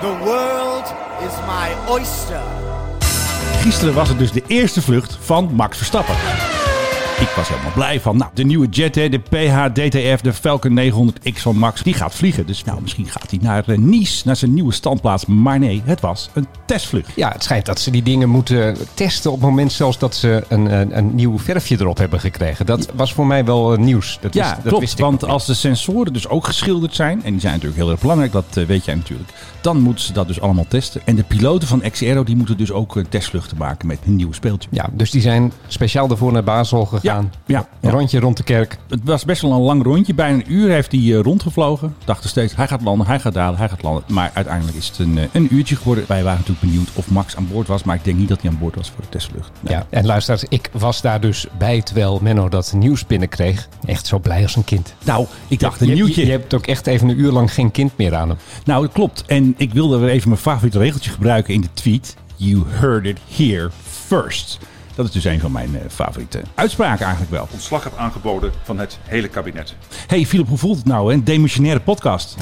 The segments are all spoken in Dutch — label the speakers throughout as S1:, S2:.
S1: The world is my oyster.
S2: Gisteren was het dus de eerste vlucht van Max Verstappen. Ik was helemaal blij van, nou, de nieuwe Jet, hè, de PH-DTF, de Falcon 900X van Max, die gaat vliegen. Dus nou, misschien gaat hij naar eh, Nice, naar zijn nieuwe standplaats. Maar nee, het was een testvlucht.
S3: Ja, het schijnt dat ze die dingen moeten testen op het moment zelfs dat ze een, een, een nieuw verfje erop hebben gekregen. Dat was voor mij wel eh, nieuws. Dat
S2: Ja,
S3: wist, dat
S2: Dus klopt.
S3: wist ik
S2: want
S3: nog niet.
S2: als de sensoren dus ook geschilderd zijn, en die zijn natuurlijk heel erg belangrijk, dat eh, weet jij natuurlijk, dan moeten ze dat dus allemaal testen. En de piloten van Xero die moeten dus ook eh, testvluchten maken met een nieuw speeltje.
S3: Ja, dus die zijn speciaal daarvoor naar Basel gegaan.
S2: Ja, ja, ja.
S3: Een rondje rond de kerk.
S2: Het was best wel een lang rondje. Bijna een uur heeft hij eh, rondgevlogen. Dachten steeds, hij gaat landen, hij gaat dalen, hij gaat landen. Maar uiteindelijk is het een, eh, een uurtje geworden. Wij waren natuurlijk benieuwd of Max aan boord was. Maar ik denk niet dat hij aan boord was voor de Nou, testvlucht. Nee.
S3: Ja. En luisteraars, ik was daar dus bij terwijl Menno dat nieuws binnenkreeg. Echt zo blij als een kind.
S2: Nou, ik dacht
S3: Je-
S2: een
S3: je-
S2: nieuwtje.
S3: Je, hebt ook echt even een uur lang geen kind meer aan hem.
S2: Nou, dat klopt. En ik wilde weer even mijn favoriete regeltje gebruiken in de tweet. You heard it here first. Dat is dus een van mijn eh, favoriete uitspraken eigenlijk wel.
S4: ontslag heb aangeboden van het hele kabinet.
S2: Hey Philip, hoe voelt het nou? hè? Een demissionaire podcast.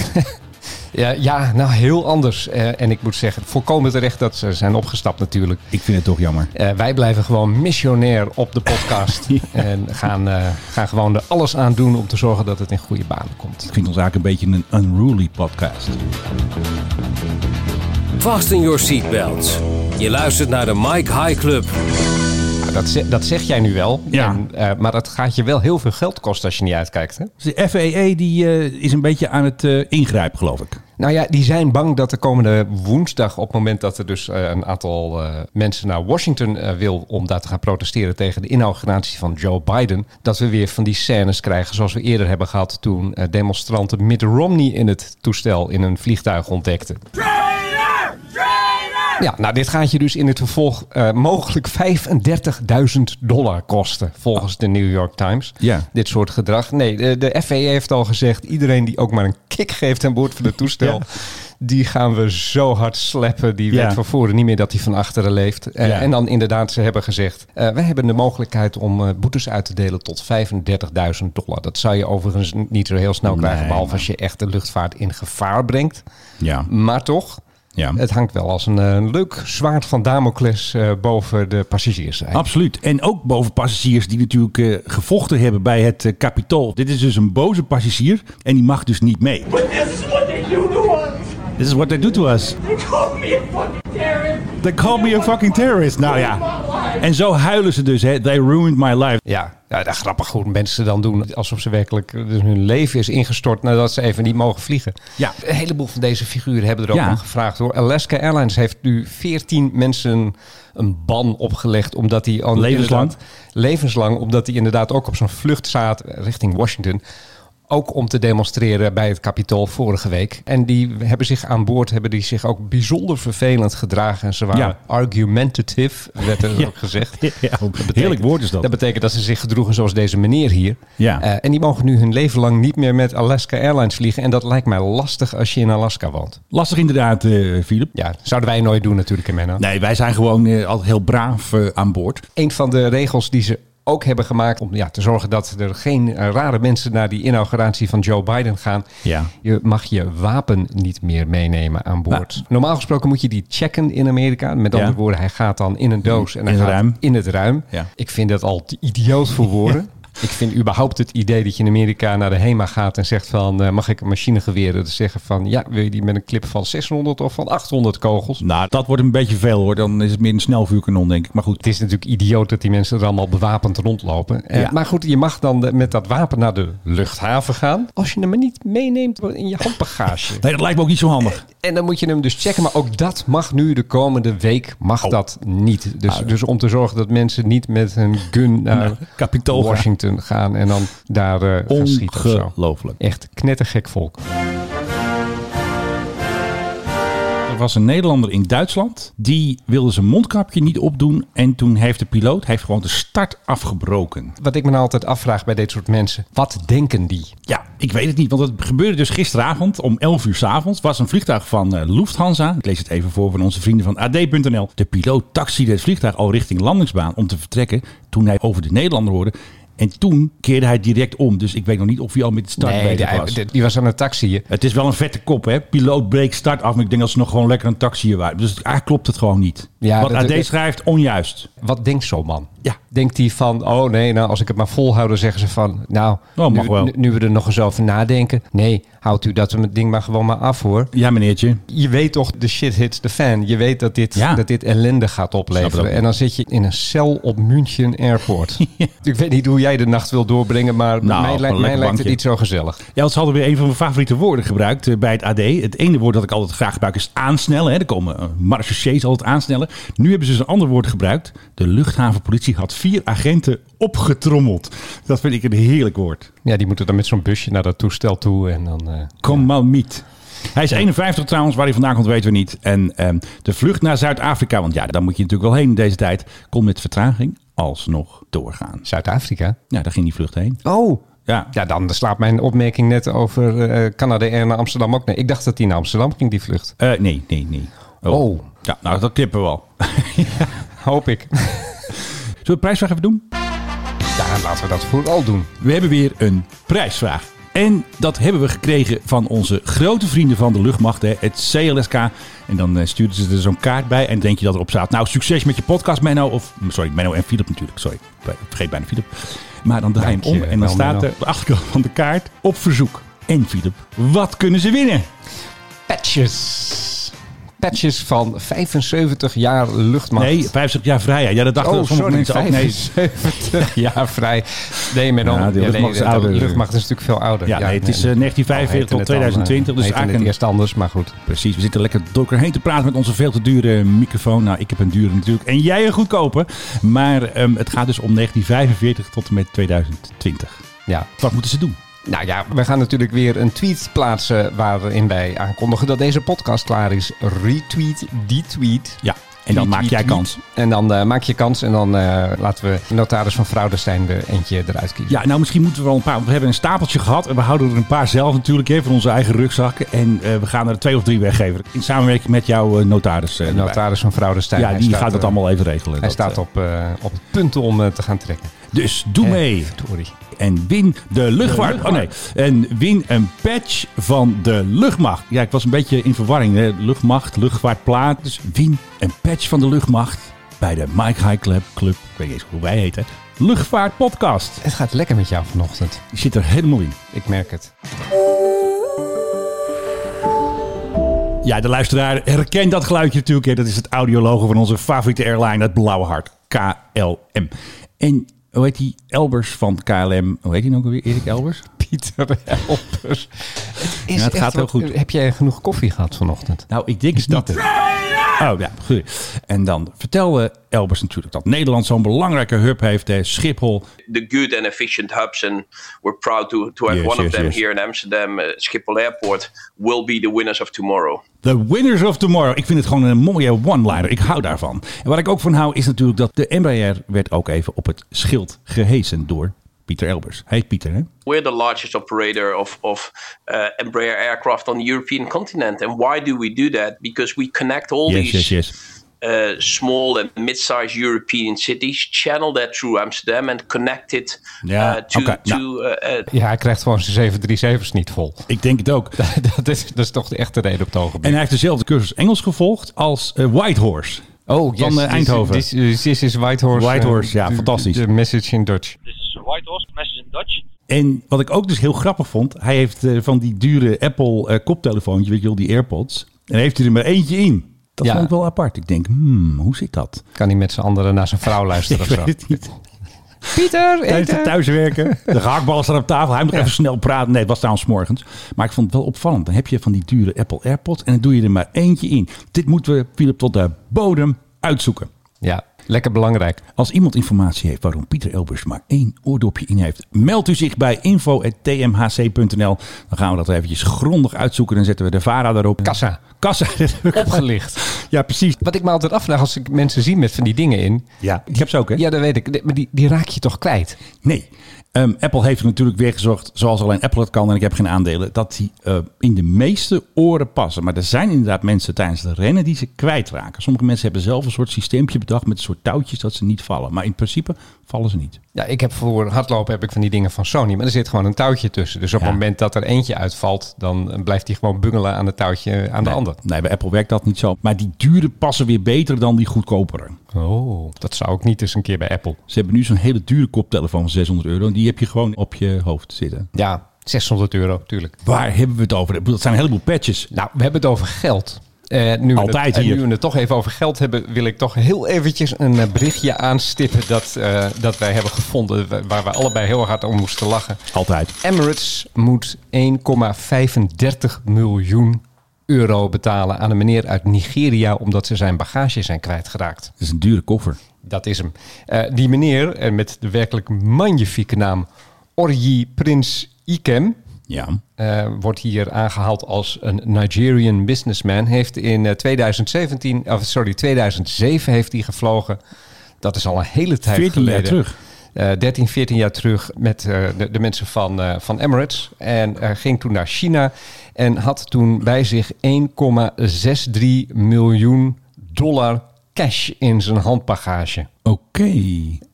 S3: Ja, ja nou heel anders. Eh, en ik moet zeggen, volkomen terecht dat ze zijn opgestapt natuurlijk.
S2: ik vind het toch jammer.
S3: Eh, wij blijven gewoon missionair op de podcast. En gaan, eh, gaan gewoon er alles aan doen om te zorgen dat het in goede banen komt.
S2: Ik vind ons eigenlijk een beetje een unruly podcast.
S5: Fasten your seatbelts. Je luistert naar de Mike High Club.
S3: Nou, dat, ze- dat zeg jij nu wel.
S2: Ja.
S3: En, eh, maar dat gaat je wel heel veel geld kosten als je niet uitkijkt. Hè?
S2: Dus de FEE die, eh, is een beetje aan het eh, ingrijpen, geloof ik.
S3: Nou ja, die zijn bang dat de komende woensdag, op het moment dat er dus eh, een aantal eh, mensen naar Washington eh, wil om daar te gaan protesteren tegen de inauguratie van Joe Biden, dat we weer van die scènes krijgen zoals we eerder hebben gehad toen eh, demonstranten Mitt Romney in het toestel in een vliegtuig ontdekten. Ja, nou dit gaat je dus in het vervolg eh, mogelijk 35.000 dollar kosten, volgens de New York Times.
S2: Ja.
S3: Dit soort gedrag. Nee, de, de FAA heeft al gezegd, iedereen die ook maar een kick geeft aan boord van het toestel,
S2: Ja.
S3: die gaan we zo hard slappen. Die
S2: Ja.
S3: weet van voren niet meer dat hij van achteren leeft. Eh,
S2: Ja.
S3: En dan inderdaad, ze hebben gezegd, eh, wij hebben de mogelijkheid om eh, boetes uit te delen tot 35.000 dollar. Dat zou je overigens niet zo heel snel krijgen,
S2: Nee,
S3: behalve
S2: maar-
S3: als je echt de luchtvaart in gevaar brengt.
S2: Ja.
S3: Maar toch,
S2: Ja.
S3: het hangt wel als een eh, leuk zwaard van Damocles eh, boven de passagiers.
S2: Absoluut. En ook boven passagiers die natuurlijk eh, gevochten hebben bij het eh, kapitool. Dit is dus een boze passagier en die mag dus niet mee.
S6: But this is what they do to us.
S2: This is what they do to us.
S6: They call me a fucking terrorist.
S2: They call me a fucking terrorist. Nou ja. En zo huilen ze dus. Hè. They ruined my life.
S3: Ja, ja, dat is grappig hoe mensen dan doen alsof ze werkelijk dus hun leven is ingestort nadat ze even niet mogen vliegen.
S2: Ja.
S3: Een heleboel van deze figuren hebben er ook
S2: Ja.
S3: om gevraagd hoor. Alaska Airlines heeft nu 14 mensen een ban opgelegd omdat die al-
S2: Levenslang?
S3: inderdaad- levenslang omdat die inderdaad ook op zo'n vlucht zaten richting Washington. Ook om te demonstreren bij het Capitool vorige week. En die hebben zich aan boord hebben die zich ook bijzonder vervelend gedragen. En ze waren
S2: Ja.
S3: argumentative, werd er
S2: Ja.
S3: ook gezegd.
S2: Ja,
S3: betekent-
S2: heerlijk woord is dat.
S3: Dat betekent dat ze zich gedroegen zoals deze meneer hier.
S2: Ja.
S3: Eh, en die mogen nu hun leven lang niet meer met Alaska Airlines vliegen. En dat lijkt mij lastig als je in Alaska woont.
S2: Lastig inderdaad, eh, Philip.
S3: Ja, zouden wij nooit doen natuurlijk, hè, Menno.
S2: Nee, wij zijn gewoon eh, altijd heel braaf eh, aan boord.
S3: Een van de regels die ze ook hebben gemaakt om ja, te zorgen dat er geen eh, rare mensen naar die inauguratie van Joe Biden gaan.
S2: Ja.
S3: Je mag je wapen niet meer meenemen aan boord.
S2: Nou.
S3: Normaal gesproken moet je die checken in Amerika. Met andere
S2: Ja.
S3: woorden, hij gaat dan in een doos en hij
S2: In het
S3: gaat
S2: ruim.
S3: in het ruim.
S2: Ja.
S3: Ik vind dat al te idioot voor woorden. Ik vind überhaupt het idee dat je in Amerika naar de HEMA gaat en zegt van... eh, mag ik een machinegeweer? Dat ze zeggen van, ja, wil je die met een clip van 600 of van 800 kogels?
S2: Nou, dat wordt een beetje veel hoor. Dan is het meer een snelvuurkanon, denk ik. Maar goed.
S3: Het is natuurlijk idioot dat die mensen er allemaal bewapend rondlopen. Eh,
S2: Ja.
S3: Maar goed, je mag dan eh, met dat wapen naar de luchthaven gaan. Als je hem maar niet meeneemt in je handbagage.
S2: Nee, dat lijkt me ook niet zo handig.
S3: En dan moet je hem dus checken. Maar ook dat mag nu de komende week mag dat niet. Dus, dus om te zorgen dat mensen niet met hun gun naar
S2: Capitool gaan.
S3: Washington gaan. En dan daar eh, gaan schieten of zo.
S2: Ongelooflijk.
S3: Echt knettergek volk.
S2: Er was een Nederlander in Duitsland. Die wilde zijn mondkapje niet opdoen. En toen heeft de piloot heeft gewoon de start afgebroken.
S3: Wat ik me nou altijd afvraag bij dit soort mensen. Wat denken die?
S2: Ja, ik weet het niet. Want het gebeurde dus gisteravond om 11 uur 's avonds. Was een vliegtuig van eh, Lufthansa. Ik lees het even voor van onze vrienden van AD.nl. De piloot taxiede het vliegtuig al richting landingsbaan om te vertrekken. Toen hij over de Nederlander hoorde. En toen keerde hij direct om. Dus ik weet nog niet of hij al met de start
S3: Nee,
S2: bezig
S3: die,
S2: was.
S3: die- die was aan het taxiën.
S2: Het is wel een vette kop, hè? Piloot breekt start af. Maar ik denk dat ze nog gewoon lekker een taxi hier waren. Dus eigenlijk klopt het gewoon niet.
S3: Ja,
S2: Wat
S3: dat-
S2: AD
S3: dat-
S2: schrijft, onjuist.
S3: Wat denkt zo'n man?
S2: Ja.
S3: Denkt hij van, oh nee, nou als ik het maar volhoud, dan zeggen ze van, nou,
S2: Oh, mag
S3: nu,
S2: wel.
S3: nu- nu we er nog eens over nadenken. Nee, houdt u dat ding maar gewoon maar af hoor.
S2: Ja, meneertje.
S3: Je weet toch, de shit hits the fan. Je weet dat dit,
S2: Ja.
S3: dat dit ellende gaat
S2: Snap het
S3: opleveren.
S2: ook.
S3: En dan zit je in een cel op München Airport. Ik weet niet hoe jij de nacht wil doorbrengen, maar
S2: Nou,
S3: mij,
S2: op een
S3: lijkt, mij
S2: lekker
S3: lijkt het
S2: bankje.
S3: niet zo gezellig.
S2: Ja, want ze hadden weer een van mijn favoriete woorden gebruikt eh, bij het AD. Het ene woord dat ik altijd graag gebruik is aansnellen. Hè. Er komen eh, marechaussées altijd aansnellen. Nu hebben ze dus een ander woord gebruikt. De luchthavenpolitie had vier agenten opgetrommeld. Dat vind ik een heerlijk woord.
S3: Ja, die moeten dan met zo'n busje naar dat toestel toe en dan... eh,
S2: Kom maar niet. Hij is 51 trouwens, waar hij vandaan komt weten we niet. En ehm, de vlucht naar Zuid-Afrika, want ja, daar moet je natuurlijk wel heen in deze tijd, kon met vertraging alsnog doorgaan.
S3: Zuid-Afrika.
S2: Ja, daar ging die vlucht heen.
S3: Oh.
S2: Ja,
S3: Ja, dan slaat mijn opmerking net over eh Canada Air naar Amsterdam ook. Nee, ik dacht dat die naar Amsterdam ging, die vlucht.
S2: Eh, nee, nee, nee.
S3: Oh.
S2: Ja, nou, dat knippen we wel.
S3: Hoop ik.
S2: Zullen we de prijsvraag even doen?
S3: Ja, laten we dat vooral doen.
S2: We hebben weer een prijsvraag. En dat hebben we gekregen van onze grote vrienden van de luchtmacht, hè, het CLSK. En dan eh, stuurden ze er zo'n kaart bij en denk je dat erop staat... nou, succes met je podcast, Menno. Of, sorry, Menno en Philip natuurlijk. Sorry, ik vergeet bijna Philip. Maar dan draai je hem
S3: Dank
S2: om
S3: je
S2: en dan
S3: wel,
S2: staat
S3: Menno.
S2: er op de achterkant van de kaart... op verzoek en Philip, wat kunnen ze winnen?
S3: Patches. Patches van 75 jaar luchtmacht.
S2: Nee, 50 jaar vrijheid. Ja, dat dachten
S3: Oh,
S2: sommige
S3: sorry,
S2: mensen ook. Nee,
S3: 75 jaar vrij. Nee, maar dan...
S2: Ja, die
S3: ja, nee,
S2: luchtmacht is
S3: de- de
S2: ouder.
S3: luchtmacht is natuurlijk veel ouder.
S2: Ja, nee, het is, eh, 1945 tot
S3: Al heette Oh, het
S2: 2020, dus
S3: heette het
S2: eigenlijk-
S3: eerst anders, maar goed.
S2: Precies, we zitten lekker doorheen te praten met onze veel te dure microfoon. Nou, ik heb een dure natuurlijk en jij een goedkope. Maar ehm, het gaat dus om 1945 tot en met 2020.
S3: Ja,
S2: Wat moeten ze doen?
S3: Nou ja, we gaan natuurlijk weer een tweet plaatsen waarin wij aankondigen dat deze podcast klaar is. Retweet die tweet.
S2: Ja, en dan
S3: Tweet,
S2: maak jij
S3: tweet.
S2: kans.
S3: En dan eh, maak je kans en dan eh, laten we notaris van Fraudestein er eentje eruit kiezen.
S2: Ja, nou misschien moeten we wel een paar, want we hebben een stapeltje gehad. En we houden er een paar zelf natuurlijk hè, voor onze eigen rugzakken. En eh, we gaan er twee of drie weggeven. In samenwerking met jouw eh, notaris. eh,
S3: De
S2: erbij.
S3: notaris van Fraudestein.
S2: ja,
S3: hij
S2: die
S3: staat,
S2: gaat dat
S3: eh,
S2: allemaal even regelen.
S3: Hij
S2: Dat,
S3: staat
S2: eh,
S3: op, eh, op het punt om eh, te gaan trekken. Eh,
S2: Dus doe mee.
S3: Sorry.
S2: En win de luchtvaart. Oh nee. En win een patch van de luchtmacht. Ja, ik was een beetje in verwarring. Hè? Luchtmacht, luchtvaartplaat. Dus win een patch van de luchtmacht bij de Mike High Club Club. Ik weet niet eens hoe wij heten. Luchtvaartpodcast.
S3: Het gaat lekker met jou vanochtend.
S2: Die zit er helemaal in.
S3: Ik merk het.
S2: Ja, de luisteraar herkent dat geluidje natuurlijk. Hè? Dat is het audiologo van onze favoriete airline, dat blauwe hart. KLM. En hoe heet die Elbers van KLM? Hoe heet die nou ook alweer? Erik Elbers?
S3: Pieter Helpers. Is
S2: Ja, het
S3: echt
S2: gaat heel
S3: wel-
S2: goed.
S3: Heb jij genoeg koffie gehad vanochtend?
S2: Nou, ik denk dat het. Oh ja, goed. En dan vertelde Elbers natuurlijk dat Nederland zo'n belangrijke hub heeft. Hè, Schiphol.
S7: the good and efficient hubs, and we're proud to, to have
S2: Yes,
S7: one
S2: yes,
S7: of them
S2: yes.
S7: here in Amsterdam, uh, Schiphol Airport, will be the winners of tomorrow.
S2: The winners of tomorrow. Ik vind het gewoon een mooie one-liner. Ik hou daarvan. En waar ik ook van hou is natuurlijk dat de Embraer werd ook even op het schild gehesen door Pieter Elbers. Hij heet Pieter, hè?
S7: We're the largest operator of, of uh, Embraer aircraft on the European continent. And why do we do that? Because we connect all
S2: Yes,
S7: these
S2: yes, yes.
S7: uh, small and mid-sized European cities, channel that through Amsterdam, and connect it
S2: Ja,
S7: uh, to,
S2: oké,
S7: to
S2: nou.
S7: uh, uh,
S3: Ja, hij krijgt gewoon zijn 737's niet vol.
S2: Ik denk het ook.
S3: dat, is, dat is toch de echte reden op het
S2: En
S3: ogenblik.
S2: hij heeft dezelfde cursus Engels gevolgd als eh, Whitehorse.
S3: oh,
S2: van, eh, Eindhoven.
S3: This, this, this is Whitehorse.
S2: Whitehorse,
S3: eh,
S2: ja,
S3: de-
S2: fantastisch.
S3: De message in Dutch.
S2: En wat ik ook dus heel grappig vond, hij heeft eh, van die dure Apple eh, koptelefoontje, weet je wel, die AirPods. En heeft hij er maar eentje in. Dat
S3: Ja.
S2: vond ik wel apart. Ik denk, hmm, hoe zit dat?
S3: Kan hij met z'n anderen naar zijn vrouw luisteren of
S2: ik
S3: zo?
S2: weet het niet.
S3: Pieter,
S2: Tijdens het
S3: eten.
S2: thuiswerken. De gehaktballen staan op tafel. Hij moet even snel praten. Nee, het was trouwens 's morgens. Maar ik vond het wel opvallend. Dan heb je van die dure Apple AirPods en dan doe je er maar eentje in. Dit moeten we, Philip, tot de bodem uitzoeken.
S3: Ja, lekker belangrijk.
S2: Als iemand informatie heeft waarom Pieter Elbers maar één oordopje in heeft, meldt u zich bij info.tmhc.nl. Dan gaan we dat eventjes grondig uitzoeken en zetten we de VARA erop.
S3: Kassa.
S2: Kassa.
S3: Opgelicht.
S2: ja, precies.
S3: Wat ik me altijd afvraag als ik mensen zie met van die dingen in.
S2: Ja, ik heb ze ook, hè?
S3: Ja, dat weet ik. Maar die, die raak je toch kwijt?
S2: Nee. Ehm, Apple heeft er natuurlijk weer gezorgd, zoals alleen Apple het kan, en ik heb geen aandelen, dat die eh, in de meeste oren passen. Maar er zijn inderdaad mensen tijdens de rennen die ze kwijtraken. Sommige mensen hebben zelf een soort systeempje bedacht met een soort touwtjes dat ze niet vallen. Maar in principe vallen ze niet.
S3: Ja, ik heb voor hardlopen heb ik van die dingen van Sony, maar er zit gewoon een touwtje tussen. Dus op
S2: Ja.
S3: het moment dat er eentje uitvalt, dan eh, blijft die gewoon bungelen aan het touwtje aan de ander.
S2: Nee, bij Apple werkt dat niet zo. Maar die dure passen weer beter dan die goedkopere.
S3: Oh, dat zou ik niet eens een keer bij Apple.
S2: Ze hebben nu zo'n hele dure koptelefoon van 600 euro. En die heb je gewoon op je hoofd zitten.
S3: Ja, 600 euro, tuurlijk.
S2: Waar hebben we het over? Ik bedoel, Dat zijn een heleboel patches.
S3: Nou, we hebben het over geld. Eh, nu we
S2: Altijd
S3: het, en
S2: hier.
S3: nu we het toch even over geld hebben, wil ik toch heel eventjes een eh, berichtje aanstippen dat, eh, dat wij hebben gevonden, wa- waar we allebei heel hard om moesten lachen.
S2: Altijd.
S3: Emirates moet 1,35 miljoen euro betalen aan een meneer uit Nigeria omdat ze zijn bagage zijn kwijtgeraakt.
S2: Dat is een dure koffer.
S3: Dat is hem. Eh, die meneer, en met de werkelijk magnifieke naam Orji Prins Ikem,
S2: Ja.
S3: eh, wordt hier aangehaald als een Nigerian businessman. Heeft in eh, 2017, of sorry, 2007 heeft hij gevlogen. Dat is al een hele tijd
S2: 14 jaar
S3: geleden.
S2: terug.
S3: Eh, 13, 14 jaar terug met eh, de, de mensen van, eh, van Emirates. En eh, ging toen naar China en had toen bij zich 1,63 miljoen dollar cash in zijn handbagage.
S2: Oké.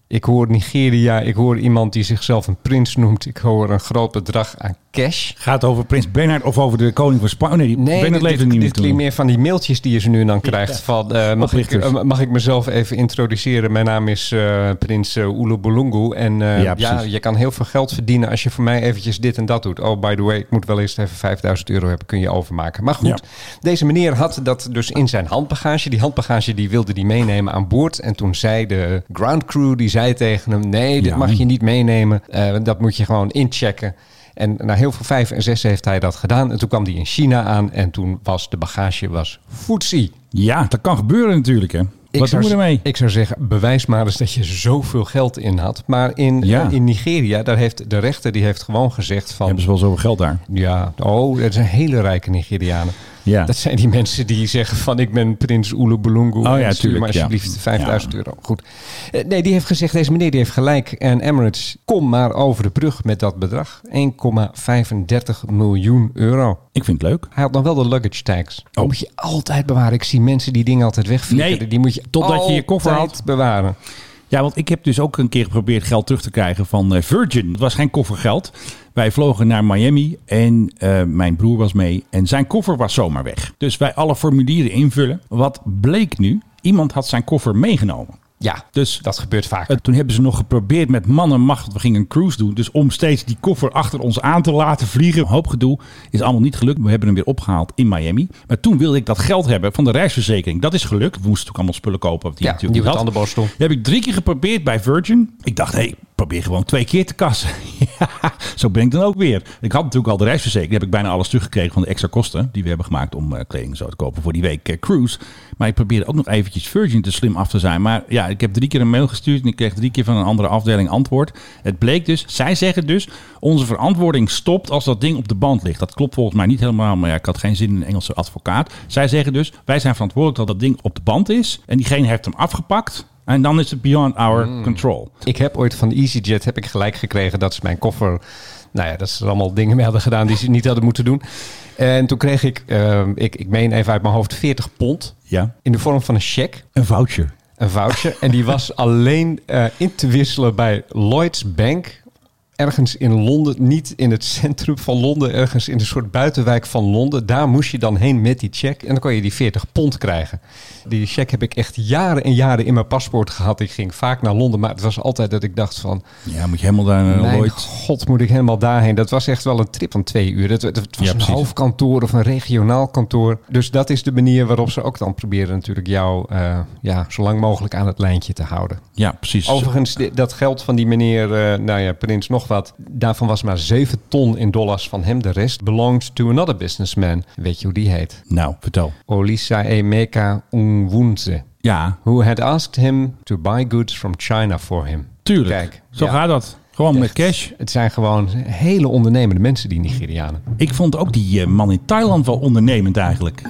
S3: Ik hoor Nigeria, ik hoor iemand die zichzelf een prins noemt. Ik hoor een groot bedrag aan cash.
S2: Gaat het over Prins Bernhard of over de koning van Spanje? Nee, die Bernhard
S3: dit,
S2: leeft er niet meer
S3: dit klinkt
S2: toen.
S3: meer van die mailtjes die je ze nu en dan krijgt. Van, eh, mag, ik,
S2: Oplichters.
S3: eh, mag ik mezelf even introduceren? Mijn naam is eh, Prins eh Oelobulungu. En eh,
S2: Ja,
S3: ja,
S2: precies.
S3: je kan heel veel geld verdienen als je voor mij eventjes dit en dat doet. Oh, by the way, ik moet wel eerst even 5000 euro hebben. Kun je overmaken. Maar goed,
S2: Ja.
S3: deze meneer had dat dus in zijn handbagage. Die handbagage die wilde die meenemen aan boord. En toen zei de ground crew, die zei tegen hem... Nee, dit
S2: Ja.
S3: mag je niet meenemen. Eh, dat moet je gewoon inchecken. En na heel veel vijf en zes heeft hij dat gedaan. En toen kwam hij in China aan en toen was de bagage was foetsie.
S2: Ja, dat kan gebeuren natuurlijk, hè. Wat doen
S3: zou
S2: we
S3: z-
S2: ermee?
S3: Ik zou zeggen, bewijs maar eens dat je zoveel geld in had. Maar in,
S2: Ja.
S3: eh, in Nigeria, daar heeft de rechter die heeft gewoon gezegd van...
S2: Hebben ze wel zoveel geld daar?
S3: Ja, oh, dat zijn hele rijke Nigerianen.
S2: Ja. Oh
S3: Dat zijn die mensen die zeggen van ik ben prins Oelobulungu.
S2: ja,
S3: en stuur
S2: tuurlijk,
S3: me
S2: ja.
S3: alsjeblieft 5000 euro. Goed. Eh, Nee, die heeft gezegd, deze meneer die heeft gelijk. En Emirates, kom maar over de brug met dat bedrag. 1,35 miljoen euro.
S2: Ik vind het leuk.
S3: Hij had nog wel de luggage
S2: Oh.
S3: tags. Die moet je altijd bewaren. Ik zie mensen die dingen altijd wegvliegen.
S2: Nee,
S3: die moet je
S2: totdat je je koffer
S3: altijd
S2: had.
S3: bewaren.
S2: Ja, want ik heb dus ook een keer geprobeerd geld terug te krijgen van eh, Virgin. Het was geen koffergeld. Wij vlogen naar Miami en eh, mijn broer was mee. En zijn koffer was zomaar weg. Dus wij alle formulieren invullen. Wat bleek nu? Iemand had zijn koffer meegenomen.
S3: Ja,
S2: Dus
S3: dat gebeurt vaak.
S2: eh, toen hebben ze nog geprobeerd met man en macht. We gingen een cruise doen. Dus om steeds die koffer achter ons aan te laten vliegen. Een hoop gedoe. Is allemaal niet gelukt. We hebben hem weer opgehaald in Miami. Maar toen wilde ik dat geld hebben van de reisverzekering. Dat is gelukt. We moesten ook allemaal spullen kopen. wat Die
S3: Ja,
S2: natuurlijk
S3: die
S2: niet
S3: wat
S2: had.
S3: aan de borstel.
S2: Dat heb ik drie keer geprobeerd bij Virgin. Ik dacht, hé, hey, probeer gewoon twee keer te kassen. ja, zo ben ik dan ook weer. Ik had natuurlijk al de reisverzekering. Heb ik bijna alles teruggekregen van de extra kosten die we hebben gemaakt om eh, kleding zo te kopen voor die week eh, cruise. Maar ik probeerde ook nog eventjes Virgin te slim af te zijn. Maar ja, ik heb drie keer een mail gestuurd en ik kreeg drie keer van een andere afdeling antwoord. Het bleek dus, zij zeggen dus, onze verantwoording stopt als dat ding op de band ligt. Dat klopt volgens mij niet helemaal, maar ja, ik had geen zin in een Engelse advocaat. Zij zeggen dus, wij zijn verantwoordelijk dat dat ding op de band is. En diegene heeft hem afgepakt. En dan is het beyond our
S3: Hmm.
S2: control.
S3: Ik heb ooit van EasyJet heb ik gelijk gekregen dat ze mijn koffer. Nou ja, dat ze er allemaal dingen mee hadden gedaan die ze niet hadden moeten doen. En toen kreeg ik, ehm, ik, ik meen even uit mijn hoofd, 40 pond.
S2: Ja.
S3: In de vorm van een cheque,
S2: Een voucher.
S3: een voucher. en die was alleen eh, in te wisselen bij Lloyds Bank. Ergens in Londen, niet in het centrum van Londen, ergens in een soort buitenwijk van Londen. Daar moest je dan heen met die cheque en dan kon je die 40 pond krijgen. Die cheque heb ik echt jaren en jaren in mijn paspoort gehad. Ik ging vaak naar Londen, maar het was altijd dat ik dacht van,
S2: Ja, moet je helemaal daar eh,
S3: mijn
S2: nooit.
S3: god, moet ik helemaal daarheen? Dat was echt wel een trip van twee uur. Het, het was
S2: Ja,
S3: een
S2: precies.
S3: hoofdkantoor of een regionaal kantoor. Dus dat is de manier waarop ze ook dan proberen natuurlijk jou eh, ja, zo lang mogelijk aan het lijntje te houden.
S2: Ja, precies.
S3: Overigens, di- dat geld van die meneer, eh, nou ja, Prins nog wat. Daarvan was maar 7 ton in dollars van hem. De rest belonged to another businessman. Weet je hoe die heet?
S2: Nou, vertel.
S3: Olisa Emeka Unwunze.
S2: Ja,
S3: Who had asked him to buy goods from China for him.
S2: tuurlijk.
S3: Kijk,
S2: Zo
S3: ja.
S2: gaat dat. Gewoon met
S3: Echt.
S2: cash.
S3: Het zijn gewoon hele ondernemende mensen, die Nigerianen.
S2: Ik vond ook die eh, man in Thailand wel ondernemend eigenlijk.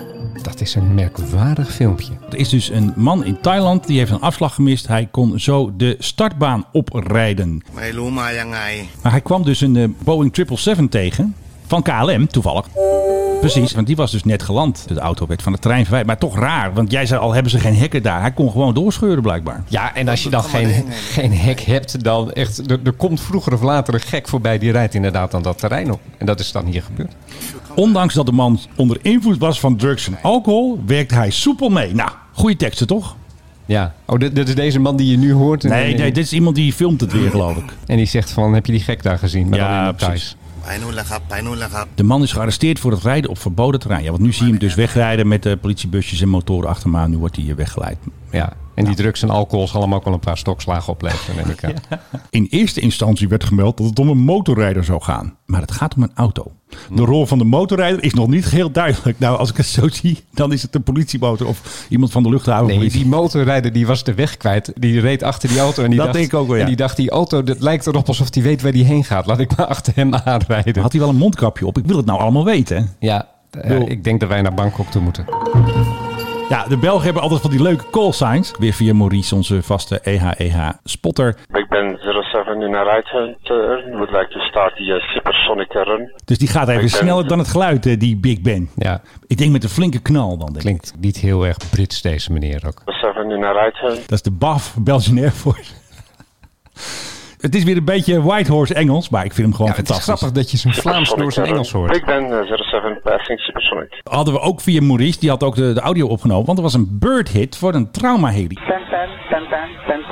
S3: Dat is een merkwaardig filmpje.
S2: Er is dus een man in Thailand die heeft een afslag gemist. Hij kon zo de startbaan oprijden. Maar hij kwam dus een eh, Boeing 777 tegen van KLM toevallig. precies. Want die was dus net geland. De auto werd van de trein verwijderd. Maar toch raar, want jij zei al hebben ze geen hekken daar. Hij kon gewoon doorscheuren blijkbaar.
S3: Ja, en als je dan geen, geen hek hebt, dan echt... Er, er komt vroeger of later een gek voorbij die rijdt inderdaad aan dat terrein op. En dat is dan hier gebeurd.
S2: Ondanks dat de man onder invloed was van drugs en alcohol, werkte hij soepel mee. Nou, goede teksten toch?
S3: Ja. Oh, dit, dit is deze man die je nu hoort. En,
S2: Nee, nee, dit is iemand die filmt het weer, geloof ik.
S3: en die zegt van, heb je die gek daar gezien? Maar
S2: Ja,
S3: dan in details.
S2: precies. De man is gearresteerd voor het rijden op verboden terrein. Ja, want nu zie je hem dus wegrijden met de politiebusjes en motoren achter hem aan. Nu wordt hij hier weggeleid.
S3: Ja. En die drugs en alcohol zal hem ook wel een paar stokslagen opleveren, neem ik aan.
S2: In eerste instantie werd gemeld dat het om een motorrijder zou gaan. Maar het gaat om een auto. De rol van de motorrijder is nog niet heel duidelijk. Nou, als ik het zo zie, dan is het een politieboter of iemand van de luchthaven.
S3: Nee, die motorrijder die was de weg kwijt. Die reed achter die auto en die,
S2: Dat
S3: dacht,
S2: denk ik ook wel, ja.
S3: en die dacht, die auto, dat lijkt erop alsof hij weet waar die heen gaat. Laat ik maar achter hem aanrijden.
S2: Had hij wel een mondkapje op? Ik wil het nou allemaal weten. hè?
S3: Ja, eh,
S2: Wil-
S3: ik denk dat wij naar Bangkok toe moeten.
S2: Ja, de Belgen hebben altijd van die leuke call signs. Weer via Maurice, onze vaste E EHEH-spotter.
S8: Big Ben 07 in a right hand turn. Would like to start the uh, supersonic run.
S2: Dus die gaat even
S8: Ik ben-
S2: sneller dan het geluid, eh, die Big Ben.
S3: Ja,
S2: Ik denk met een flinke knal dan. Denk ik.
S3: klinkt niet heel erg Brits deze meneer ook.
S8: 07 in a right hand.
S2: Dat is de BAF, Belgian Air Force. Het is weer een beetje Whitehorse Engels, maar ik vind hem gewoon
S3: Ja, het is
S2: fantastisch.
S3: grappig dat je zo'n Vlaams,
S8: Supersonic
S3: Noors en
S8: run.
S3: Engels hoort.
S8: Big Ben uh, 07 passing supersonic.
S2: Hadden we ook via Maurice, die had ook de, de audio opgenomen. Want er was een bird hit voor een trauma heli.
S9: 10 10, 10 10,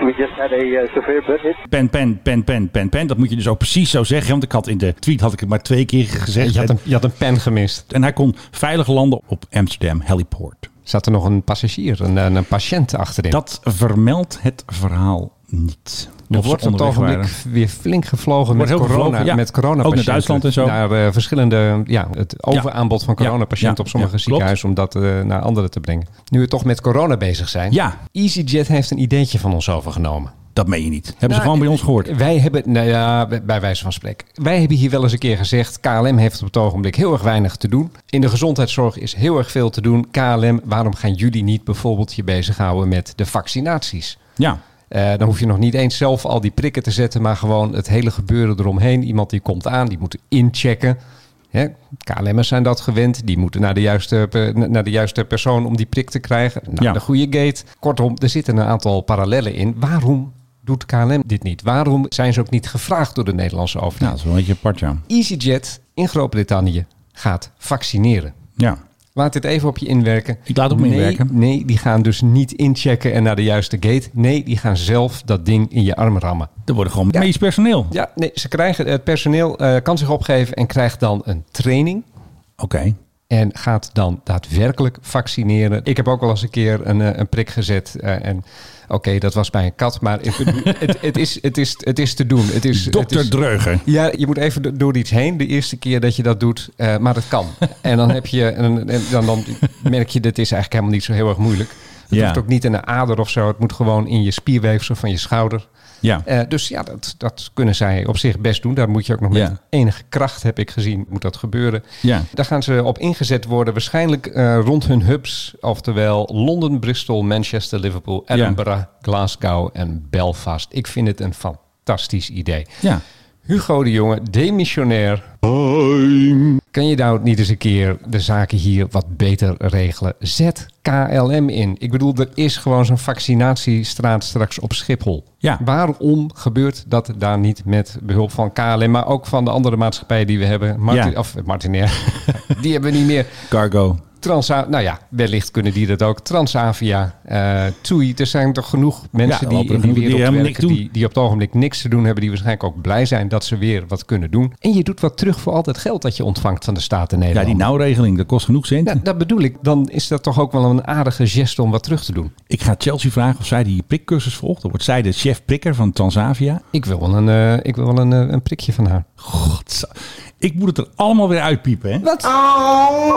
S9: 10 10. We just had a uh, severe bird hit.
S2: Pen, pen, pen, pen, pen, pen. Dat moet je dus ook precies zo zeggen. Want ik had in de tweet had ik het maar twee keer gezegd.
S3: Je had, een, je had een pen gemist.
S2: En hij kon veilig landen op Amsterdam Heliport.
S3: Zat er nog een passagier, een, een, een patiënt achterin.
S2: Dat vermeldt het verhaal niet.
S3: Er
S2: Of ze
S3: wordt op het
S2: onderweg
S3: ogenblik
S2: waren.
S3: weer flink gevlogen
S2: Wordt
S3: met
S2: heel
S3: corona,
S2: gevlogen, ja.
S3: met corona
S2: Ook naar Duitsland en zo.
S3: Naar eh, verschillende, ja, het overaanbod van
S2: Ja, ja,
S3: coronapatiënten op sommige
S2: ja, klopt.
S3: ziekenhuizen om dat eh, naar anderen te brengen. Nu we toch met corona bezig zijn.
S2: Ja.
S3: EasyJet heeft een ideetje van ons overgenomen.
S2: Dat meen je niet. Hebben ze
S3: Nou,
S2: gewoon bij ons gehoord.
S3: Wij hebben, nou ja, bij wijze van spreken. Wij hebben hier wel eens een keer gezegd, KLM heeft op het ogenblik heel erg weinig te doen. In de gezondheidszorg is heel erg veel te doen. KLM, waarom gaan jullie niet bijvoorbeeld je bezighouden met de vaccinaties?
S2: Ja.
S3: Eh, dan hoef je nog niet eens zelf al die prikken te zetten, maar gewoon het hele gebeuren eromheen. Iemand die komt aan, die moet inchecken. Hè? KLM'ers zijn dat gewend. Die moeten naar de, juiste, pe- naar de juiste persoon om die prik te krijgen. Naar
S2: Ja.
S3: de goede gate. Kortom, er zitten een aantal parallellen in. Waarom doet KLM dit niet? Waarom zijn ze ook niet gevraagd door de Nederlandse
S2: ja,
S3: overheid?
S2: dat is wel een beetje apart, ja.
S3: EasyJet in Groot-Brittannië gaat vaccineren.
S2: Ja.
S3: Laat dit even op je inwerken.
S2: Ik laat het op me
S3: nee,
S2: inwerken.
S3: Nee, die gaan dus niet inchecken en naar de juiste gate. Nee, die gaan zelf dat ding in je arm rammen.
S2: Er worden gewoon
S3: Ja.
S2: medisch personeel.
S3: Ja, nee, ze krijgen, het personeel eh, kan zich opgeven en krijgt dan een training.
S2: Oké.
S3: En gaat dan daadwerkelijk vaccineren. Ik heb ook wel eens een keer een, eh, een prik gezet. eh, en oké, dat was bij een kat. Maar ik bedoel, het, het, is, het, is, het is te doen. Het is, het
S2: Dokter
S3: is,
S2: Dreugen.
S3: ja, je moet even do- door iets heen de eerste keer dat je dat doet, eh, maar dat kan. En dan, heb je, en, en dan, dan merk je, dit is eigenlijk helemaal niet zo heel erg moeilijk. Het
S2: Ja.
S3: hoeft ook niet in een ader of zo, het moet gewoon in je spierweefsel van je schouder.
S2: Ja.
S3: Eh, dus ja, dat, dat kunnen zij op zich best doen. Daar moet je ook nog met
S2: Ja.
S3: enige kracht, heb ik gezien, moet dat gebeuren.
S2: Ja.
S3: Daar gaan ze op ingezet worden, waarschijnlijk eh, rond hun hubs. Oftewel Londen, Bristol, Manchester, Liverpool, Edinburgh, Glasgow en Belfast. Ik vind het een fantastisch idee.
S2: Ja.
S3: Hugo de Jonge, demissionair. Kan je nou niet eens een keer de zaken hier wat beter regelen? Zet KLM in. Ik bedoel, er is gewoon zo'n vaccinatiestraat straks op Schiphol.
S2: Ja.
S3: Waarom gebeurt dat daar niet met behulp van KLM, maar ook van de andere maatschappijen die we hebben? Martin,
S2: Ja.
S3: Of eh, Martinair. die hebben we niet meer.
S2: Cargo.
S3: Transa, nou ja, wellicht kunnen die dat ook. Transavia, eh TUI, er zijn toch genoeg mensen
S2: Ja,
S3: die
S2: lopen
S3: in die
S2: genoeg die
S3: wereld
S2: helemaal
S3: werken,
S2: niks
S3: die, die op het ogenblik niks te doen hebben, die waarschijnlijk ook blij zijn dat ze weer wat kunnen doen. En je doet wat terug voor al dat geld dat je ontvangt van de Staten
S2: Ja,
S3: Nederland.
S2: die nauwregeling, dat kost genoeg cent.
S3: Nou, dat bedoel ik, dan is dat toch ook wel een aardige geste om wat terug te doen.
S2: Ik ga Chelsea vragen of zij die prikcursus volgt. Dan wordt zij de chef prikker van Transavia.
S3: Ik wil wel een, eh, ik wil wel een, eh, een prikje van haar.
S2: Godza- Ik moet het er allemaal weer uitpiepen, hè?
S3: Wat?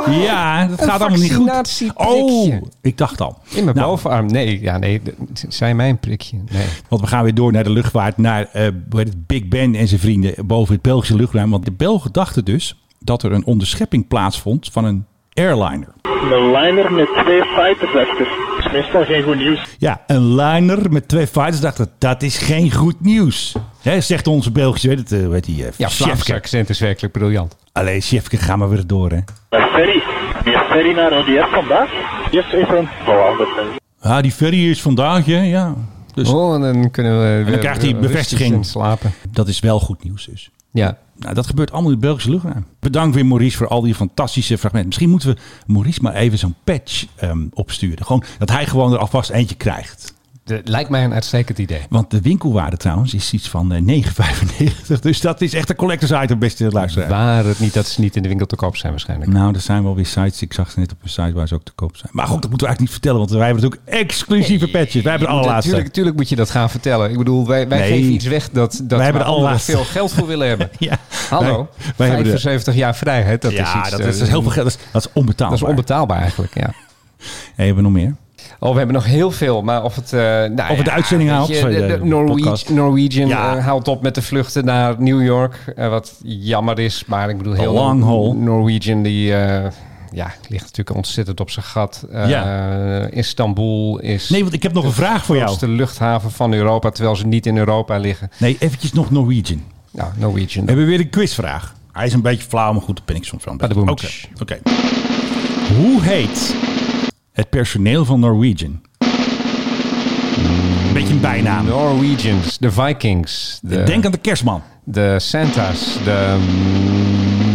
S2: Ja, dat gaat allemaal niet goed.
S3: vaccinatieprikje.
S2: Oh, ik dacht al.
S3: In mijn
S2: Nou,
S3: bovenarm? Nee, ja, nee, d- zij mij een prikje. Nee.
S2: Want we gaan weer door naar de luchtvaart, naar eh, hoe heet het Big Ben en zijn vrienden boven het Belgische luchtruim. Want de Belgen dachten dus dat er een onderschepping plaatsvond van een airliner.
S9: Een liner met twee fighters achter. is meestal geen goed nieuws.
S2: Ja, een liner met twee fighters dachten dat is geen goed nieuws. Hè, zegt onze Belgische, weet het, eh, hoe heet die? eh,
S3: Ja, Vlaamse
S2: Sjefke.
S3: accent is werkelijk briljant.
S2: Allee, Sjefke, ga maar weer door, hè.
S9: Eh,
S8: ferry. Die ferry naar ODS vandaag? Yes, even. Voilà, dat is
S2: Ah, die ferry is vandaag, hè, ja. Dus
S3: Oh, en dan kunnen we weer
S2: krijgt hij
S3: rustig
S2: bevestiging.
S3: in slapen.
S2: dat is wel goed nieuws dus.
S3: Ja.
S2: Nou, dat gebeurt allemaal in de Belgische luchtruim. Bedankt weer Maurice voor al die fantastische fragmenten. Misschien moeten we Maurice maar even zo'n patch ehm, opsturen. Gewoon dat hij gewoon er alvast eentje krijgt.
S3: De- lijkt mij een uitstekend idee.
S2: Want de winkelwaarde trouwens is iets van eh, 9,95. Dus dat is echt een collectors item, beste luisteraar.
S3: Waar het niet dat ze niet in de winkel te koop zijn waarschijnlijk.
S2: Nou, er zijn wel weer sites. Ik zag ze net op een site waar ze ook te koop zijn. Maar goed, dat moeten we eigenlijk niet vertellen. Want wij hebben natuurlijk exclusieve patches. Wij hebben de allerlaatste.
S3: Natuurlijk, natuurlijk moet je dat gaan vertellen. Ik bedoel, wij, wij
S2: Nee.
S3: geven iets weg dat, dat
S2: hebben de
S3: waar anderen
S2: allerlaatste.
S3: veel geld voor willen hebben.
S2: Ja.
S3: Hallo,
S2: Wij- wij hebben de-
S3: 75 jaar vrijheid, dat is
S2: ja,
S3: iets...
S2: dat,
S3: eh,
S2: is heel veel geld. Dat is, dat is onbetaalbaar.
S3: Dat is onbetaalbaar eigenlijk, ja.
S2: Hey, hebben we nog meer?
S3: Oh, we hebben nog heel veel, maar of het... eh nou, of
S2: het de uitzending haalt,
S3: Je,
S2: sorry,
S3: de, de
S2: de
S3: Norwegian,
S2: podcast.
S3: Norwegian
S2: Ja.
S3: eh, haalt op met de vluchten naar New York, eh, wat jammer is. Maar ik bedoel, heel
S2: long haul.
S3: Norwegian die... eh, ja, ligt natuurlijk ontzettend op zijn gat. Eh, Istanbul is
S2: Nee, want ik heb nog een vraag voor
S3: de
S2: jou.
S3: grootste luchthaven van Europa, terwijl ze niet in Europa liggen.
S2: Nee, eventjes nog Norwegian.
S3: Nou, Norwegian.
S2: We hebben weer een quizvraag. Hij is een beetje flauw, maar goed, dat ben ik soms wel een beetje.
S3: Badaboom.
S2: Oké. oké. Hoe heet het personeel van Norwegian? Een beetje een bijnaam.
S3: Norwegians, de Vikings, de,
S2: Denk aan de kerstman.
S3: de Santa's, de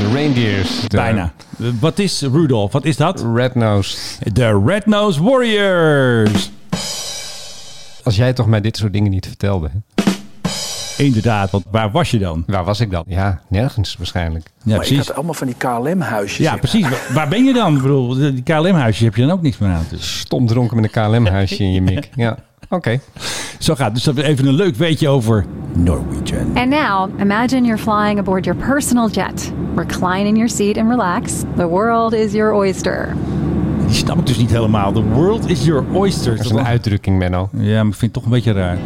S3: mm, reindeers. De
S2: Bijna. Wat is Rudolf? Wat is dat?
S3: Rednose.
S2: De Red Nose Warriors.
S3: Als jij toch mij dit soort dingen niet vertelde. hè?
S2: Inderdaad, want waar was je dan?
S3: Waar was ik dan? Ja, nergens waarschijnlijk.
S2: Ja, precies.
S10: allemaal van die KLM-huisjes.
S2: Ja, precies. Wa- Waar ben je dan? Ik bedoel, die KLM-huisjes heb je dan ook niks meer aan. Dus.
S3: Stom dronken met een KLM-huisje in je mik. Ja, oké.
S2: Zo gaat het. Dus dat is even een leuk weetje over Norwegian.
S10: And now, imagine you're flying aboard your personal jet. Recline in your seat and relax. The world is your oyster.
S2: Die snap ik dus niet helemaal. The world is your oyster.
S3: Dat is een uitdrukking, Menno.
S2: Ja, maar ik vind het toch een beetje raar.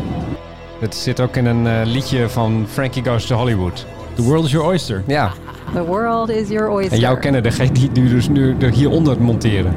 S3: Het zit ook in een eh, liedje van Frankie Goes to Hollywood.
S2: The world is your oyster.
S3: Ja,
S10: The world is your oyster.
S3: en jouw kenner, daar ga je die nu dus nu er hieronder monteren.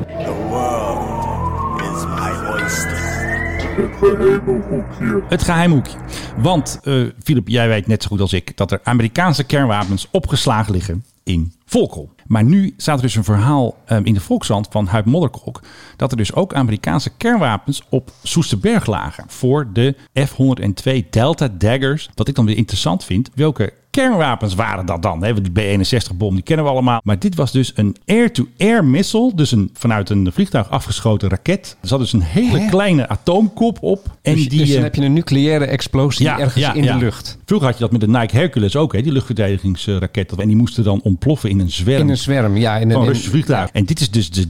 S2: Het geheimhoekje. Want, eh Filip, jij weet net zo goed als ik dat er Amerikaanse kernwapens opgeslagen liggen in Volkel. Maar nu staat er dus een verhaal eh, in de Volkshand van Huib Modderkolk... dat er dus ook Amerikaanse kernwapens op Soesterberg lagen... voor de F-102 Delta Daggers. Wat ik dan weer interessant vind, welke kernwapens waren dat dan? Hè? Want Die B-61-bom, die kennen we allemaal. Maar dit was dus een air-to-air missile. Dus een, vanuit een vliegtuig afgeschoten raket. Er zat dus een hele kleine atoomkop op. En
S3: Dus,
S2: die,
S3: dus dan
S2: eh,
S3: heb je een nucleaire explosie ergens in
S2: ja.
S3: de lucht.
S2: Vroeger had je dat met de Nike Hercules ook, hè? die luchtverdedigingsraket. En die moesten dan ontploffen in een zwerm.
S3: In een zwerm, ja. In een,
S2: van een
S3: in-
S2: Russisch vliegtuig. En dit Oh, is dus de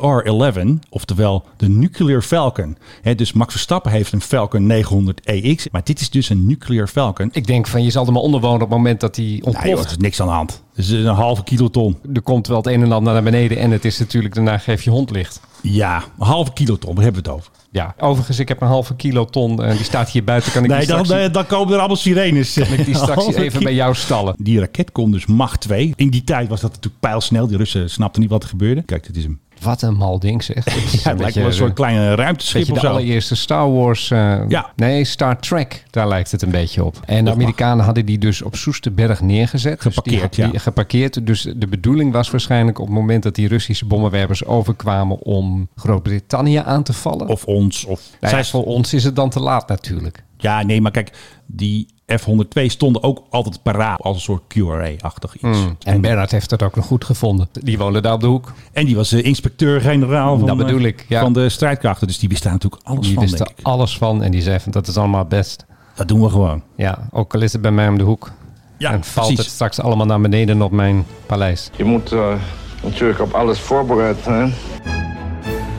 S2: GAR-11, oftewel de Nuclear Falcon. Hè, dus Max Verstappen heeft een Falcon 900EX, maar dit is dus een Nuclear Falcon.
S3: Ik denk van, je zal er maar onder wonen op het moment dat die
S2: Nou joh, er
S3: ontploft.
S2: is niks aan de hand. Het is een halve kiloton.
S3: er komt wel het een en ander naar beneden en het is natuurlijk daarna geef je hond licht.
S2: Ja, een halve kiloton, daar hebben we het over.
S3: Ja, overigens, ik heb een halve kiloton en die staat hier buiten. Kan ik
S2: Nee,
S3: die
S2: dan,
S3: straks,
S2: eh, dan komen er allemaal sirenes.
S3: kan ik die straks even bij jou stallen?
S2: Die raket kon dus Mach 2. In die tijd was dat natuurlijk pijlsnel. Die Russen snapten niet wat er gebeurde. Kijk, dit is hem.
S3: Wat een mal ding zeg. Het is
S2: Ja, het lijkt wel een
S3: beetje,
S2: soort
S3: eh,
S2: kleine
S3: beetje
S2: ruimteschip of
S3: de
S2: zo.
S3: allereerste Star Wars. eh,
S2: Ja.
S3: Nee, Star Trek, daar lijkt het een beetje op. En de Amerikanen hadden die dus op Soesterberg neergezet. Dus die
S2: Geparkeerd,
S3: had die
S2: ja.
S3: geparkeerd. Dus de bedoeling was waarschijnlijk op het moment dat die Russische bommenwerpers overkwamen om Groot-Brittannië aan te vallen.
S2: Of ons. Of...
S3: Nou ja,
S2: Zij-
S3: voor ons is het dan te laat natuurlijk.
S2: Ja, nee, maar kijk, die F-102 stonden ook altijd paraat als een soort QRA-achtig iets.
S3: En Bernard heeft dat ook nog goed gevonden. Die woonde daar op de hoek.
S2: En die was de inspecteur-generaal van,
S3: Dat
S2: de-
S3: bedoel ik, ja.
S2: van de strijdkrachten. Dus die wist daar natuurlijk alles
S3: Die
S2: van,
S3: wist
S2: denk
S3: er
S2: ik.
S3: alles van en die zei van dat is allemaal best.
S2: Dat doen we gewoon.
S3: Ja, ook al is het bij mij om de hoek.
S2: Ja,
S3: en valt
S2: precies.
S3: het straks allemaal naar beneden op mijn paleis.
S8: Je moet eh, natuurlijk op alles voorbereid zijn.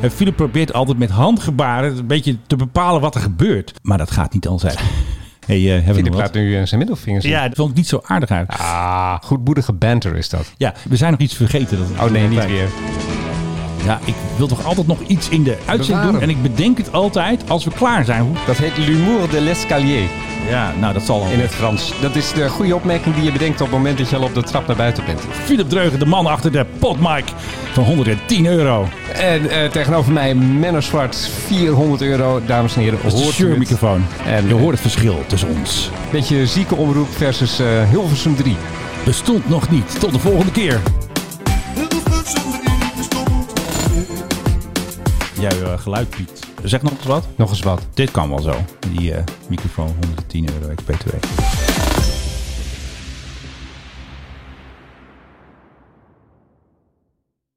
S2: En Philip probeert altijd met handgebaren een beetje te bepalen wat er gebeurt. Maar dat gaat niet altijd. hey, eh, hebben we
S3: Philip
S2: nog
S3: gaat
S2: wat?
S3: nu eh, zijn middelvingers in.
S2: Ja, dat vond ik niet zo aardig uit.
S3: Ah, goedmoedige banter is dat.
S2: Ja, we zijn nog iets vergeten. Dat
S3: Oh nee, niet weer.
S2: Ja, ik wil toch altijd nog iets in de uitzending
S3: Bewaren.
S2: doen. En ik bedenk het altijd als we klaar zijn. Hoe-
S3: Dat heet l'humour de l'escalier
S2: Ja, nou dat zal al.
S3: in het Frans. Dat is de goede opmerking die je bedenkt op het moment dat je al op de trap naar buiten bent.
S2: Philip Dreugen, de man achter de potmike van 110 euro.
S3: En eh, tegenover mij Menno Zwart, 400 euro, dames en heren.
S2: Dat is de
S3: u het?
S2: Shure-microfoon.
S3: En-
S2: En je hoort het verschil tussen ons.
S3: Beetje zieke omroep versus eh, Hilversum 3.
S2: Bestond nog niet. Tot de volgende keer. Jij eh, geluid, Piet. Zeg nog eens wat.
S3: Nog eens wat.
S2: Dit kan wel zo. Die eh, microfoon 110 euro XP2.